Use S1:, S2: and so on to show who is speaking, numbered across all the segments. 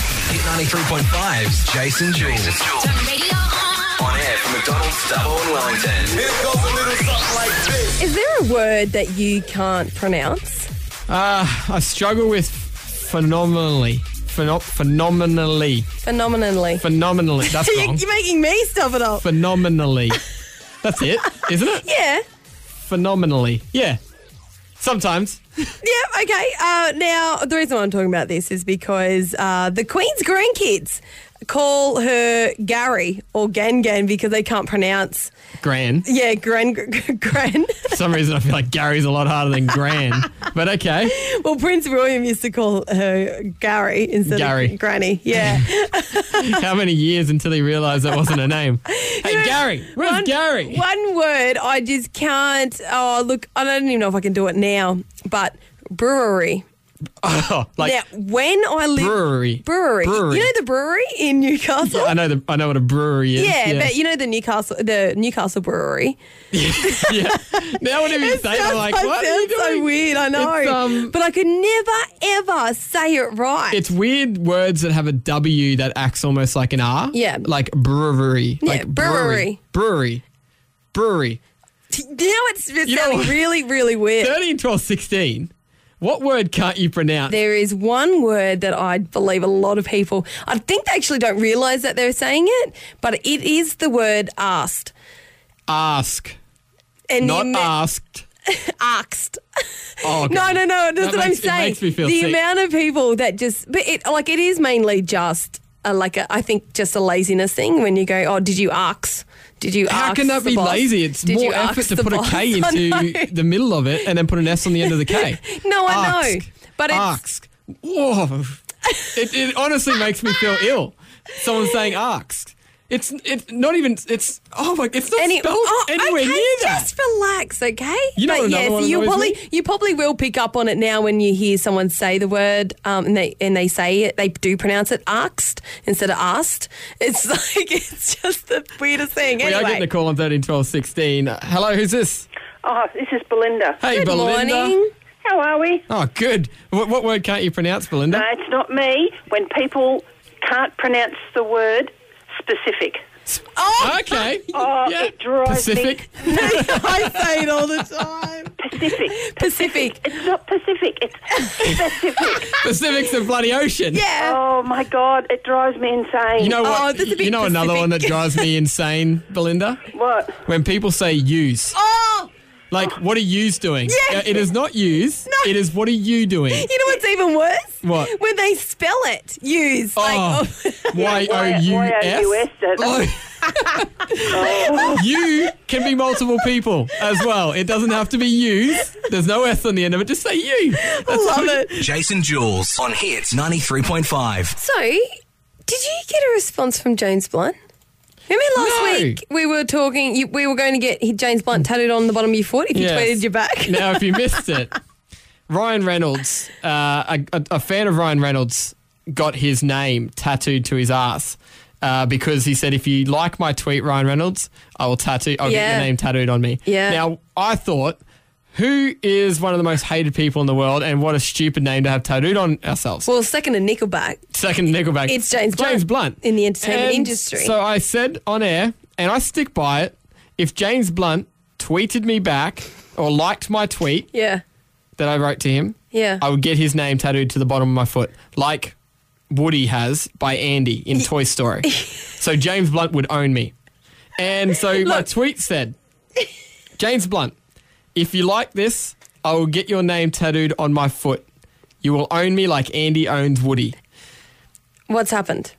S1: Hit 93.5's Jason Jules. On air from McDonald's Double in Wellington.
S2: Is there a word that you can't pronounce?
S3: I struggle with phenomenally. Pheno- phenomenally.
S2: Phenomenally.
S3: Phenomenally. That's
S2: You-
S3: wrong.
S2: You're making me stop it off.
S3: Phenomenally. That's it, isn't it?
S2: Yeah.
S3: Phenomenally. Yeah. Sometimes.
S2: Yeah, okay. Uh, now, the reason why I'm talking about this is because uh, the Queen's grandkids call her Gary or Gan Gan because they can't pronounce,
S3: Gran.
S2: yeah, Gran. gran.
S3: For some reason, I feel like Gary's a lot harder than Gran. But okay.
S2: well, Prince William used to call her Gary instead
S3: Gary.
S2: of Granny. Yeah.
S3: How many years until he realised that wasn't a name? Hey, Gary. Where's
S2: one,
S3: Gary?
S2: One word I just can't. Oh, look, I don't even know if I can do it now, but brewery.
S3: Oh, like,
S2: now, when I lived.
S3: brewery.
S2: Brewery.
S3: Brewery.
S2: You know the brewery in Newcastle?
S3: I know the, I know what a brewery is.
S2: Yeah, but you know the Newcastle the Newcastle Brewery.
S3: yeah. Now whenever you say it, I'm like,
S2: Sounds-
S3: what are you
S2: sounds so
S3: doing?
S2: weird. I know,
S3: It's, um,
S2: but I could never ever say it right.
S3: It's weird words that have a W that acts almost like an R.
S2: Yeah.
S3: Like brewery.
S2: Yeah,
S3: like brewery. Brewery. Brewery.
S2: T- now it's, it's
S3: You know
S2: sounding
S3: what?
S2: really, really weird.
S3: 13, 12, 16. What word can't you pronounce?
S2: There is one word that I believe a lot of people, I think they actually don't realize that they're saying it, but it is the word asked.
S3: Ask.
S2: And
S3: Not
S2: the ama-
S3: asked.
S2: asked.
S3: Oh, okay.
S2: No, no, no. That's
S3: That
S2: what
S3: makes-
S2: I'm saying.
S3: It makes me feel
S2: the
S3: sick.
S2: amount of people that just, but it like it is mainly just uh like a, I think just a laziness thing when you go, oh, did you ask? Did you?
S3: How
S2: ask
S3: can that
S2: the
S3: be
S2: boss?
S3: lazy? It's
S2: Did
S3: more
S2: you
S3: effort
S2: ask
S3: to
S2: the
S3: put a
S2: boss?"
S3: K
S2: I know.
S3: into the middle of it and then put an S on the end of the K.
S2: No, I know,
S3: Ask.
S2: but it's-
S3: Ask. Whoa. it, it honestly makes me feel ill. Someone saying ask. It's it's not even it's oh my it's not
S2: Any-
S3: spelled
S2: oh,
S3: anywhere
S2: okay,
S3: near that.
S2: Just relax, okay?
S3: You know
S2: but
S3: another
S2: yes,
S3: one that
S2: you
S3: annoys
S2: probably
S3: me?
S2: you probably will pick up on it now when you hear someone say the word um, and they and they say it, they do pronounce it asked instead of asked. It's like it's just the weirdest thing.
S3: We are
S2: Anyway,
S3: getting a call on 13, 12, 16. Uh, Hello, who's this?
S4: Oh, this is Belinda.
S3: Hey,
S2: good
S3: Belinda.
S2: morning.
S4: How are we?
S3: Oh, good. What, what word can't you pronounce, Belinda?
S4: No, it's not me. When people can't pronounce the word specific,
S2: Oh,
S3: Okay.
S4: Oh, it drives me-
S3: Pacific.
S2: I say it all the time.
S4: Pacific.
S2: Pacific.
S4: It's not Pacific. It's specific.
S3: Pacific's the bloody ocean.
S2: Yeah.
S4: oh my God! It drives me insane.
S3: You know
S2: Oh,
S3: what?
S2: that's a bit
S3: you know another
S2: Pacific.
S3: one that drives me insane, Belinda?
S4: what?
S3: When people say use.
S2: Oh,
S3: Like, what are yous doing?
S2: Yes.
S3: Uh, It is not use.
S2: No.
S3: It is what are you doing?
S2: you know what's even worse?
S3: What?
S2: When they spell it, use.
S3: Oh,
S2: Like, oh.
S3: Y O U S.
S4: Y-O-U-S, that's-
S3: Oh. You can be multiple people as well. It doesn't have to be yous. There's no S on the end of it. Just say you.
S2: I love it.
S1: Jason Jules. On Hit 93.5.
S2: So, did you get a response from James Blunt? Remember last
S3: No.
S2: week we were talking, you, we were going to get James Blunt tattooed on the bottom of your foot if you
S3: Yes.
S2: tweeted your back.
S3: now, if you missed it, Ryan Reynolds, uh, a, a, a fan of Ryan Reynolds, got his name tattooed to his ass uh, because he said, "If you like my tweet, Ryan Reynolds, I will tattoo. I'll get
S2: Yeah.
S3: your name tattooed on me."
S2: Yeah.
S3: Now, I thought, who is one of the most hated people in the world, and what a stupid name to have tattooed on ourselves?
S2: Well, second to Nickelback.
S3: Second Nickelback.
S2: It's James Blunt.
S3: James Blunt
S2: In the entertainment
S3: And
S2: industry.
S3: So I said on air, and I stick by it. If James Blunt tweeted me back or liked my tweet,
S2: Yeah.
S3: that I wrote to him,
S2: Yeah.
S3: I would get his name tattooed to the bottom of my foot, like Woody has by Andy in Toy Story. so James Blunt would own me. And so my
S2: Look.
S3: tweet said, James Blunt, if you like this, I will get your name tattooed on my foot. You will own me like Andy owns Woody.
S2: What's happened?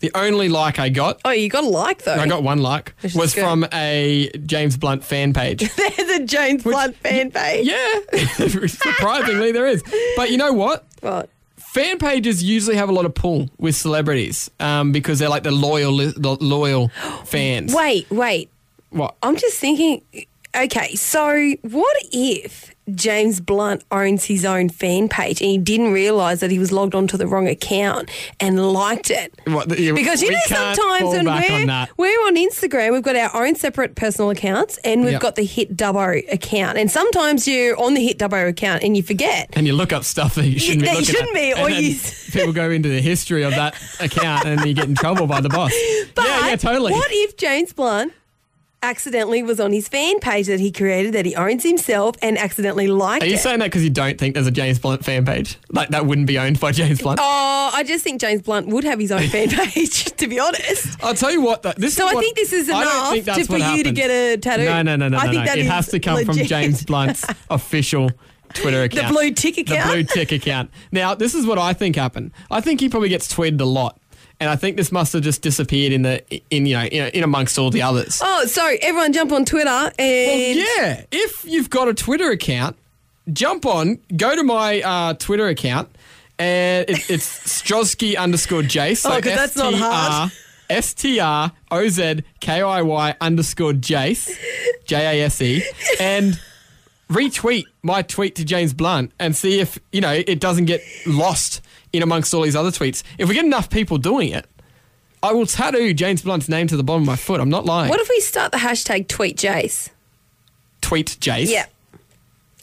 S3: The only like I got,
S2: Oh, you got to like though.
S3: I got one like,
S2: Which is
S3: was
S2: good.
S3: from a James Blunt fan page.
S2: There's a James Blunt fan page.
S3: yeah, surprisingly there is. But you know what?
S2: What?
S3: fan pages usually have a lot of pull with celebrities um, because they're like the loyal the loyal fans.
S2: Wait, wait.
S3: What?
S2: I'm just thinking. Okay, so what if James Blunt owns his own fan page and he didn't realise that he was logged onto the wrong account and liked it?
S3: What, the-
S2: Because you
S3: we
S2: know
S3: can't
S2: sometimes
S3: fall
S2: when
S3: back
S2: we're
S3: on
S2: on,
S3: that.
S2: we're on Instagram, we've got our own separate personal accounts and we've
S3: Yep.
S2: got the Hit Dubbo account. And sometimes you're on the Hit Dubbo account and you forget.
S3: and you look up stuff that you shouldn't
S2: that
S3: be
S2: you
S3: looking
S2: shouldn't
S3: at.
S2: be,
S3: And
S2: or
S3: then
S2: you-
S3: people go into the history of that account and you get in trouble by the boss.
S2: But
S3: yeah, yeah, totally.
S2: What if James Blunt accidentally was on his fan page that he created that he owns himself and accidentally liked
S3: Are you
S2: it?
S3: saying that because you don't think there's a James Blunt fan page? Like that wouldn't be owned by James Blunt?
S2: Oh, I just think James Blunt would have his own fan page, to be honest.
S3: I'll tell you what. That, this
S2: So
S3: is
S2: I
S3: what-
S2: think this is
S3: I don't
S2: enough
S3: think that's
S2: to- for
S3: what
S2: you to
S3: happened.
S2: get a tattoo.
S3: No, no, no, no,
S2: I
S3: no.
S2: think
S3: no.
S2: that
S3: it
S2: is
S3: has to come from
S2: legit.
S3: James Blunt's official Twitter account,
S2: blue tick account?
S3: the blue tick account. Now, this is what I think happened. I think he probably gets tweeted a lot, and I think this must have just disappeared in the in you know in, in amongst all the others.
S2: Oh, so everyone jump on Twitter and
S3: Well, yeah. If you've got a Twitter account, jump on, go to my uh, Twitter account, and it, it's Strozky underscore Jace.
S2: Oh, 'cause that's not hard.
S3: S T R O Z K I Y underscore Jace, J A S E, and retweet my tweet to James Blunt and see if you know it doesn't get lost in amongst all these other tweets. If we get enough people doing it, I will tattoo James Blunt's name to the bottom of my foot. I'm not lying.
S2: What if we start the hashtag tweet Jace?
S3: tweet Jace?
S2: Yeah.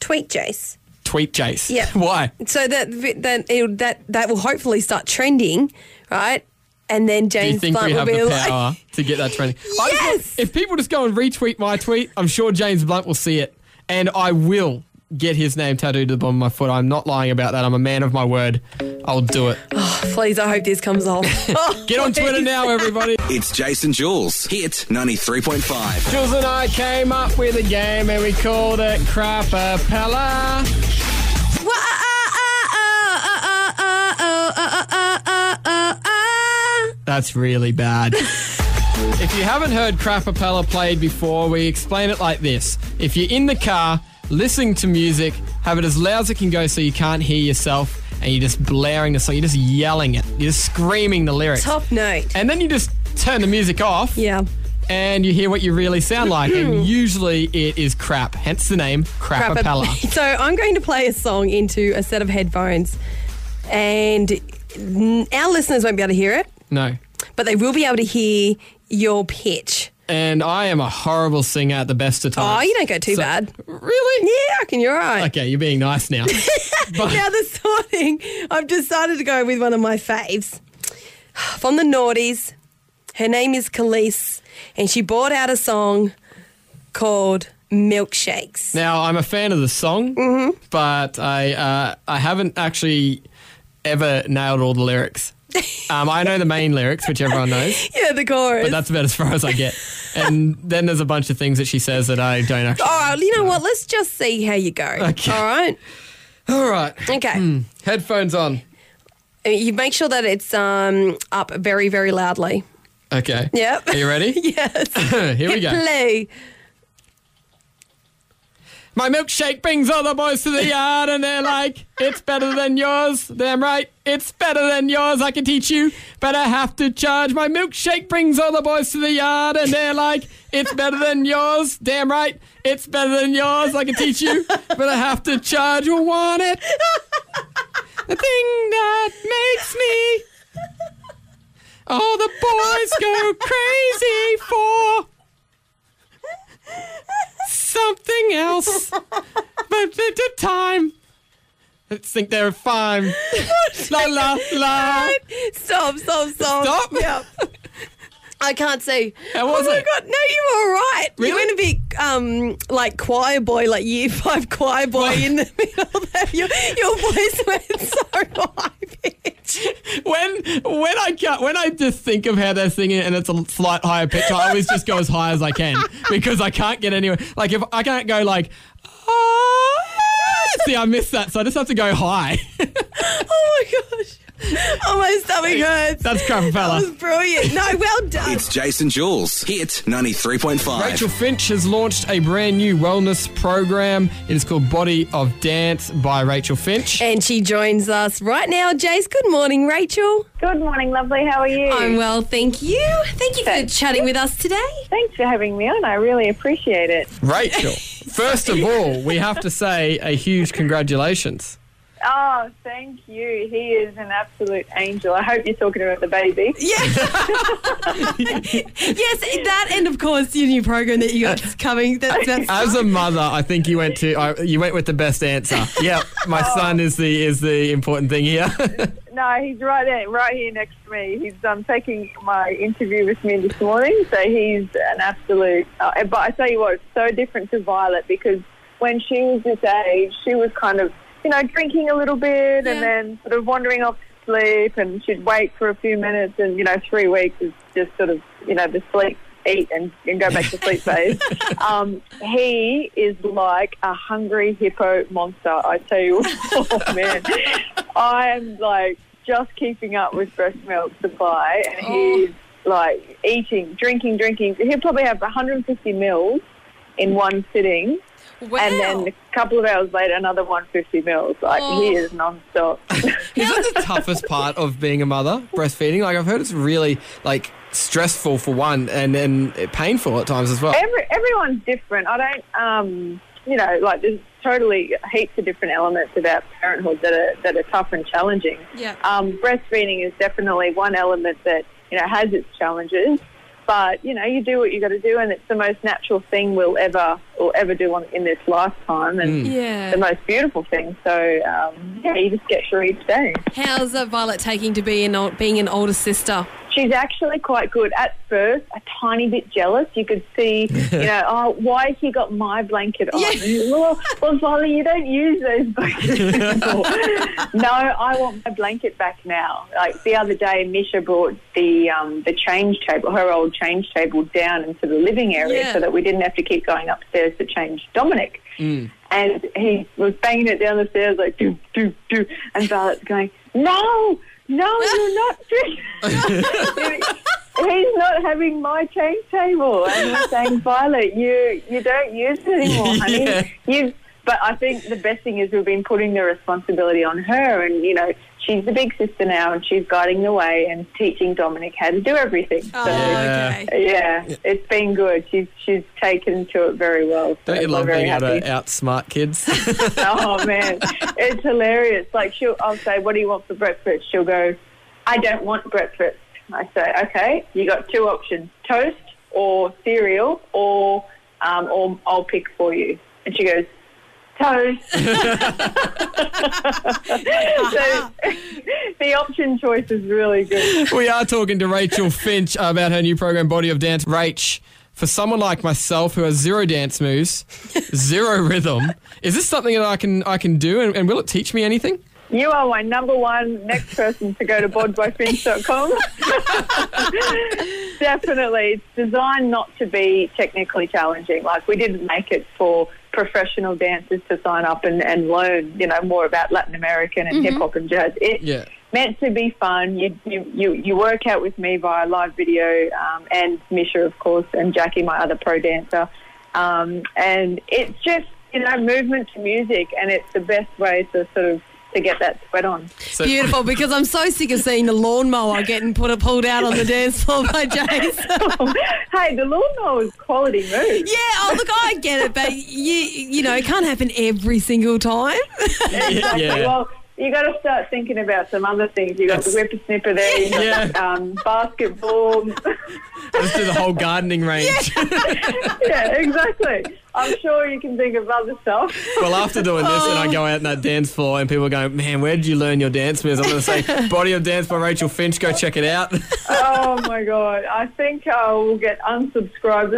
S2: Tweet Jace.
S3: tweet Jace.
S2: Yeah.
S3: Why?
S2: So that that it'll, that that will hopefully start trending, right? And then
S3: Do you
S2: James
S3: think
S2: Blunt
S3: we
S2: will
S3: have
S2: be
S3: the
S2: like,
S3: power to get that trending? I just want-
S2: Yes!
S3: if people just go and retweet my tweet, I'm sure James Blunt will see it, and I will get his name tattooed to the bottom of my foot. I'm not lying about that. I'm a man of my word. I'll do it.
S2: please, I hope this comes off. Oh,
S3: Get on Twitter now, everybody.
S1: It's Jason Jules. Hit 93.5.
S3: Jules and I came up with a game, and we called it Crapapella.
S2: ah, ah,
S3: That's really bad. if you haven't heard Crapapella played before, we explain it like this. If you're in the car listening to music, have it as loud as it can go so you can't hear yourself and you're just blaring the song, you're just yelling it, you're just screaming the lyrics.
S2: Top note.
S3: And then you just turn the music off
S2: Yeah.
S3: and you hear what you really sound like. and usually it is crap, hence the name Crapapella.
S2: So I'm going to play a song into a set of headphones, and n- our listeners won't be able to hear it,
S3: no.
S2: but they will be able to hear your pitch.
S3: And I am a horrible singer at the best of
S2: Oh,
S3: times.
S2: you don't go too bad.
S3: Really?
S2: Yeah, I can. You're all right.
S3: Okay, you're being nice now.
S2: Now this morning, I've decided to go with one of my faves from the Naughties. Her name is Khalees, and she brought out a song called Milkshakes.
S3: Now, I'm a fan of the song,
S2: Mm-hmm.
S3: but I uh, I haven't actually ever nailed all the lyrics. Um, I know the main lyrics, which everyone knows,
S2: Yeah, the chorus.
S3: but that's about as far as I get. And then there's a bunch of things that she says that I don't actually.
S2: All right, Oh, you know what? Let's just see how you go.
S3: Okay.
S2: All right. Oh.
S3: All right,
S2: Okay.
S3: headphones on.
S2: Uh, You make sure that it's um, up very, very loudly.
S3: Okay.
S2: Yep.
S3: Are you ready?
S2: yes.
S3: Here we
S2: Hit
S3: go.
S2: play.
S3: My milkshake brings all the boys to the yard, and they're like, "It's better than yours." Damn right, it's better than yours. I can teach you, but I have to charge. My milkshake brings all the boys to the yard, and they're like, "It's better than yours." Damn right, it's better than yours. I can teach you, but I have to charge. You want it? The thing that makes me all the boys go crazy for something else but at the time. I think they're fine. la la la.
S2: Stop, stop, stop.
S3: Stop.
S2: Yep. I can't see.
S3: How was
S2: oh my
S3: it?
S2: god, no, you were all right. You
S3: Really?
S2: went a bit um, like choir boy, like year five choir boy
S3: What?
S2: in the middle there. Your, your voice went so high pitch.
S3: When when I ca- when I just think of how they're singing and it's a slight higher pitch, I always just go as high as I can because I can't get anywhere. Like if I can't go like, ah, see, I missed that, so I just have to go high.
S2: Oh my gosh. Oh, my stomach hurts.
S3: That's crap,
S2: That
S3: fella.
S2: was brilliant. No, well done.
S1: It's Jason Jules. Hit 93.5.
S3: Rachel Finch has launched a brand new wellness program. It is called Body of Dance by Rachel Finch.
S2: and she joins us right now. Jace, good morning, Rachel.
S5: Good morning, lovely. How are you?
S2: I'm well, thank you. Thank you for chatting with us today.
S5: Thanks for having me on. I really appreciate it.
S3: Rachel, first of all, we have to say a huge congratulations.
S5: Oh, thank you. He is an absolute angel. I hope you're talking about the baby.
S2: Yes, that and of course your new program that you got coming. That's, that's
S3: As a mother, I think you went to I, you went with the best answer. Yeah, my
S5: Oh.
S3: son is the is the important thing here.
S5: No, he's right there, right here next to me. He's um, taking my interview with me this morning, so he's an absolute. Uh, but I tell you what, it's so different to Violet because when she was this age, she was kind of, you know, drinking a little bit
S2: Yeah.
S5: and then sort of wandering off to sleep, and she'd wait for a few minutes, and you know, three weeks is just sort of, you know, the sleep. Eat and, and go back to sleep phase. Um, he is like a hungry hippo monster. I tell you, oh man, I'm like just keeping up with breast milk supply, and he's like eating, drinking, drinking. He'll probably have 150 mils in one sitting,
S2: wow.
S5: and then a couple of hours later, another 150 mils. Like he is nonstop.
S3: Is that the toughest part of being a mother, breastfeeding? Like I've heard it's really like stressful for one, and then painful at times as well.
S5: Every, everyone's different. I don't, um, you know, like there's totally heaps of different elements about parenthood that are that are tough and challenging.
S2: Yeah.
S5: Um, breastfeeding is definitely one element that you know has its challenges, but you know you do what you got to do, and it's the most natural thing we'll ever or ever do on, in this lifetime, and
S2: Mm. Yeah.
S5: the most beautiful thing. So um, yeah, you just get through each day.
S2: How's uh, Violet taking to be an old, being an older sister?
S5: She's actually quite good. At first, a tiny bit jealous. You could see, you know, oh, why has he got my blanket on?
S2: Yeah.
S5: Well, well, Violet, you don't use those blankets anymore. no, I want my blanket back now. Like the other day, Misha brought the um, the change table, her old change table, down into the living area
S2: Yeah.
S5: so that we didn't have to keep going upstairs to change Dominic.
S2: Mm.
S5: And he was banging it down the stairs like do do do, and Violet's going, "No, no, you're not doing." He's not having my change table, and he's saying, "Violet, you you don't use it anymore, honey.
S3: Yeah.
S5: You." But I think the best thing is we've been putting the responsibility on her, and you know she's the big sister now, and she's guiding the way and teaching Dominic how to do everything. So
S2: Oh,
S3: Yeah.
S2: okay.
S5: yeah, it's been good. She's she's taken to it very well. So
S3: Don't you
S5: I'm
S3: love
S5: very
S3: being able
S5: happy.
S3: to outsmart kids?
S5: oh man, it's hilarious. Like she'll, I'll say, "What do you want for breakfast?" She'll go, "I don't want breakfast." I say, "Okay, you got two options: toast or cereal, or um, or I'll pick for you." And she goes, "Toast." so the option choice is really good.
S3: we are talking to Rachel Finch about her new program, Body of Dance. Rach, for someone like myself who has zero dance moves, zero rhythm, is this something that I can I can do, and, and will it teach me anything?
S5: You are my number one next person to go to boardbyfinch.com. Definitely. It's designed not to be technically challenging. Like, we didn't make it for professional dancers to sign up and, and learn, you know, more about Latin American and hip hop and jazz. It,
S3: Yeah.
S5: meant to be fun. You you you, you work out with me via live video um, and Misha, of course, and Jackie, my other pro dancer. Um, and it's just you know movement to music, and it's the best way to sort of to get that sweat on.
S3: So,
S2: Beautiful, because I'm so sick of seeing the lawnmower getting put pulled out on the dance floor by Jace.
S5: hey, the lawnmower is quality move.
S2: Yeah, oh look, I get it, but you you know, it can't happen every single time.
S3: Yeah.
S5: Well. You got to start thinking about some other things. You got the
S3: That's-
S5: whippersnipper there, you got um, basketball.
S3: Let's do the whole gardening range.
S5: yeah, exactly. I'm sure you can think of other stuff.
S3: well, after doing this, and I go out in that dance floor, and people go, "Man, where did you learn your dance moves?" I'm going to say, "Body of Dance" by Rachel Finch. Go check it out.
S5: oh my god! I think I will get unsubscribed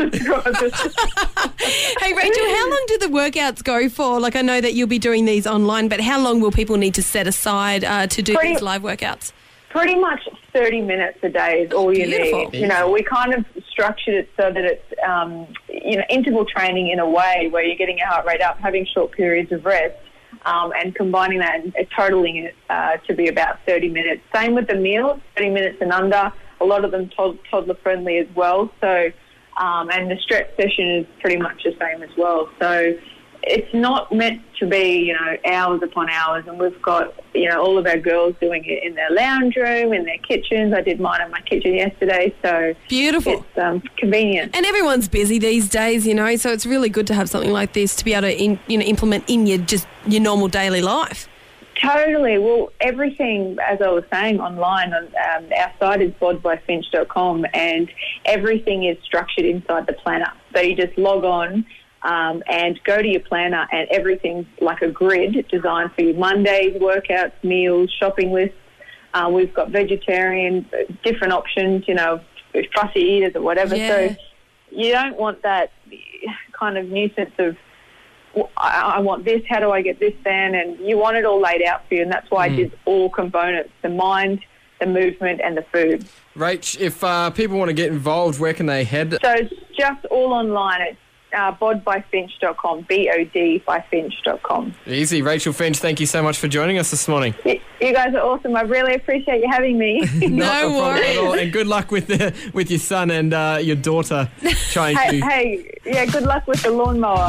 S5: and subscribed.
S2: hey Rachel, how long do the workouts go for? Like I know that you'll be doing these online, but how long will people need to set aside uh, to do
S5: Pretty-
S2: these live workouts?
S5: Pretty much thirty minutes a day is all you
S2: Beautiful.
S5: need. You know, we kind of structured it so that it's um, you know interval training in a way where you're getting your heart rate up, having short periods of rest. um, and combining that and totaling it uh, to be about 30 minutes. Same with the meals, 30 minutes and under. A lot of them tod- toddler friendly as well. So, um, and the stretch session is pretty much the same as well. So, it's not meant to be, you know, hours upon hours. And we've got, you know, all of our girls doing it in their lounge room, in their kitchens. I did mine in my kitchen yesterday, so
S2: Beautiful.
S5: it's um, convenient.
S2: And everyone's busy these days, you know, so it's really good to have something like this to be able to in, you know implement in your just your normal daily life.
S5: Totally. Well, everything, as I was saying, online on um, our site is bodbyfinch.com, and everything is structured inside the planner. So you just log on um, and go to your planner, and everything's like a grid designed for your Mondays, workouts, meals, shopping lists. Uh, we've got vegetarian, uh, different options, you know, fussy eaters or whatever.
S2: Yeah.
S5: So you don't want that kind of nuisance of well, I, I want this. How do I get this then? And you want it all laid out for you, and that's why I did all components: the mind, the movement, and the food.
S3: Rach, if uh, people want to get involved, where can they head?
S5: So it's just all online. It's uh, bodbyfinch.com, B-O-D by finch.com.
S3: Easy. Rachel Finch, thank you so much for joining us this morning.
S5: You, you guys are awesome. I really appreciate you having me.
S2: No worries.
S3: And good luck with the, with your son and uh, your daughter trying
S5: hey,
S3: to.
S5: hey, yeah, good luck with the lawnmower.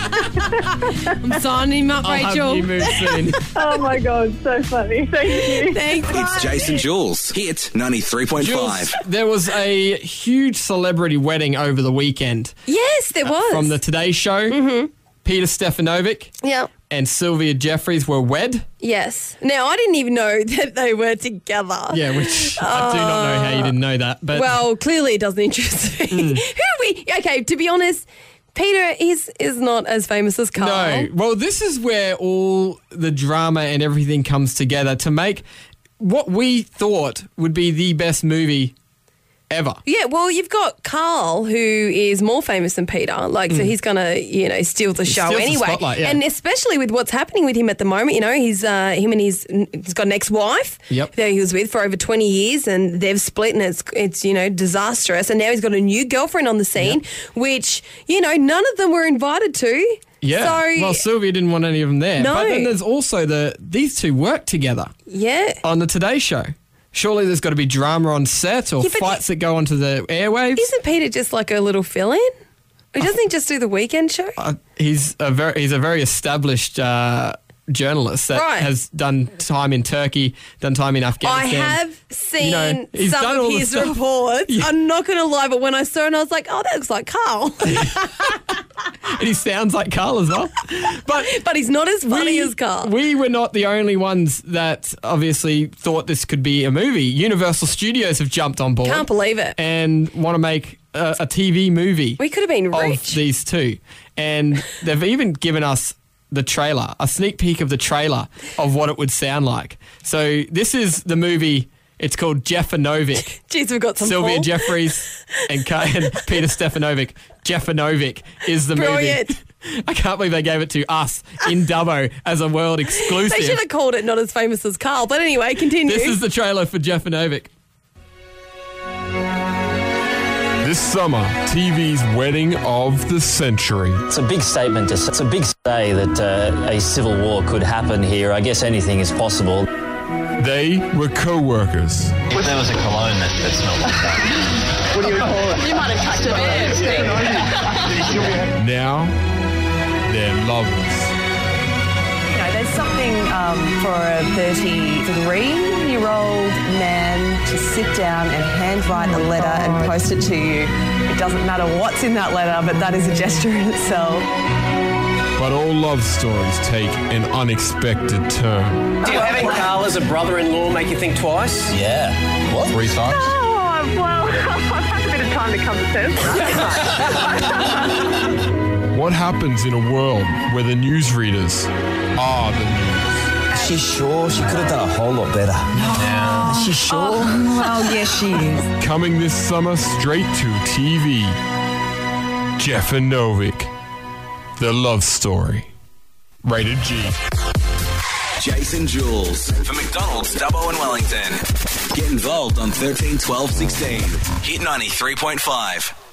S2: I'm signing him up,
S3: I'll have you
S2: Rachel.
S3: move soon.
S5: oh my God, so funny. Thank you.
S2: Thanks.
S1: It's Jason Jules. Hit 93.5.
S3: Jules, there was a huge celebrity wedding over the weekend
S2: Yes, Mm-hmm. there was.
S3: Uh, from the Today Show. Peter Stefanovic
S2: yeah.
S3: and Sylvia Jeffries were wed.
S2: Yes. Now I didn't even know that they were together.
S3: Yeah, which I do not know how you didn't know that. But Hmm.
S2: Well, clearly it doesn't interest me. Who are we? Okay, to be honest, Peter is is not as famous as Carl.
S3: No. Well, this is where all the drama and everything comes together to make what we thought would be the best movie ever.
S2: Yeah, well, you've got Carl, who is more famous than Peter. Like, so he's gonna, you know, steal the show
S3: Mm. steals the
S2: anyway.
S3: spotlight, yeah.
S2: And especially with what's happening with him at the moment, you know, he's uh, him and his he's got an ex-wife
S3: Yep.
S2: that he was with for over twenty years, and they've split, and it's it's you know disastrous. And now he's got a new girlfriend on the scene, which you know none of them were invited to.
S3: Yeah.
S2: So
S3: well, Sylvia didn't want any of them there.
S2: No.
S3: But then there's also the these two work together
S2: yeah.
S3: on the Today Show. Surely there's got to be drama on set or
S2: Yeah, but
S3: fights that go onto the airwaves.
S2: Isn't Peter just like a little fill-in? Or doesn't he just do the weekend show?
S3: Uh, he's a very he's a very established uh, journalist that
S2: Right.
S3: has done time in Turkey, done time in
S2: I
S3: Afghanistan.
S2: have seen
S3: You know, he's done
S2: some
S3: all
S2: of
S3: the
S2: his
S3: stuff.
S2: reports. I'm not going to lie, but when I saw it, I was like, oh, that looks like Carl.
S3: and he sounds like Carl as well. But
S2: but he's not as funny as Carl.
S3: we were not the only ones that obviously thought this could be a movie. Universal Studios have jumped on board.
S2: Can't believe it.
S3: And want to make a, a TV movie.
S2: We could have been
S3: Of
S2: rich.
S3: these two. And they've even given us the trailer, a sneak peek of the trailer of what it would sound like. So this is the movie. It's called Jeffanovic.
S2: Jeez, we've got some
S3: Sylvia
S2: Paul.
S3: Jeffries and, Ka- and Peter Stefanovic. Jeffanovic is the
S2: Brilliant.
S3: movie. I can't believe they gave it to us in Dubbo as a world exclusive.
S2: They should have called it not as famous as Carl. But anyway, continue.
S3: This is the trailer for Jeffanovic.
S6: This summer, TV's wedding of the century.
S7: It's a big statement to say. It's a big say that uh, a civil war could happen here. I guess anything is possible.
S6: They were co workers.
S8: If there was a cologne that, that smelled like that.
S6: Now, they're lovers.
S9: You know, there's something um, for a 33 year old man to sit down and handwrite
S5: Oh
S9: a letter and post it to you. It doesn't matter what's in that letter, but that is a gesture in itself.
S6: But all love stories take an unexpected turn.
S10: Did having Carl as a brother-in-law make you think twice?
S8: Yeah. What?
S6: Three times?
S5: Oh, well, I've had a bit of time to come to terms. with that.
S6: What happens in a world where the newsreaders are the news?
S8: She's sure she could have done a whole lot better. Yeah. She's sure.
S9: Well, yes, she is.
S6: Coming this summer straight to TV. Jeffanovic, the love story. Rated G.
S1: Jason Jules for McDonald's Dubbo and Wellington. Get involved on 13 12 16. Hit 93.5.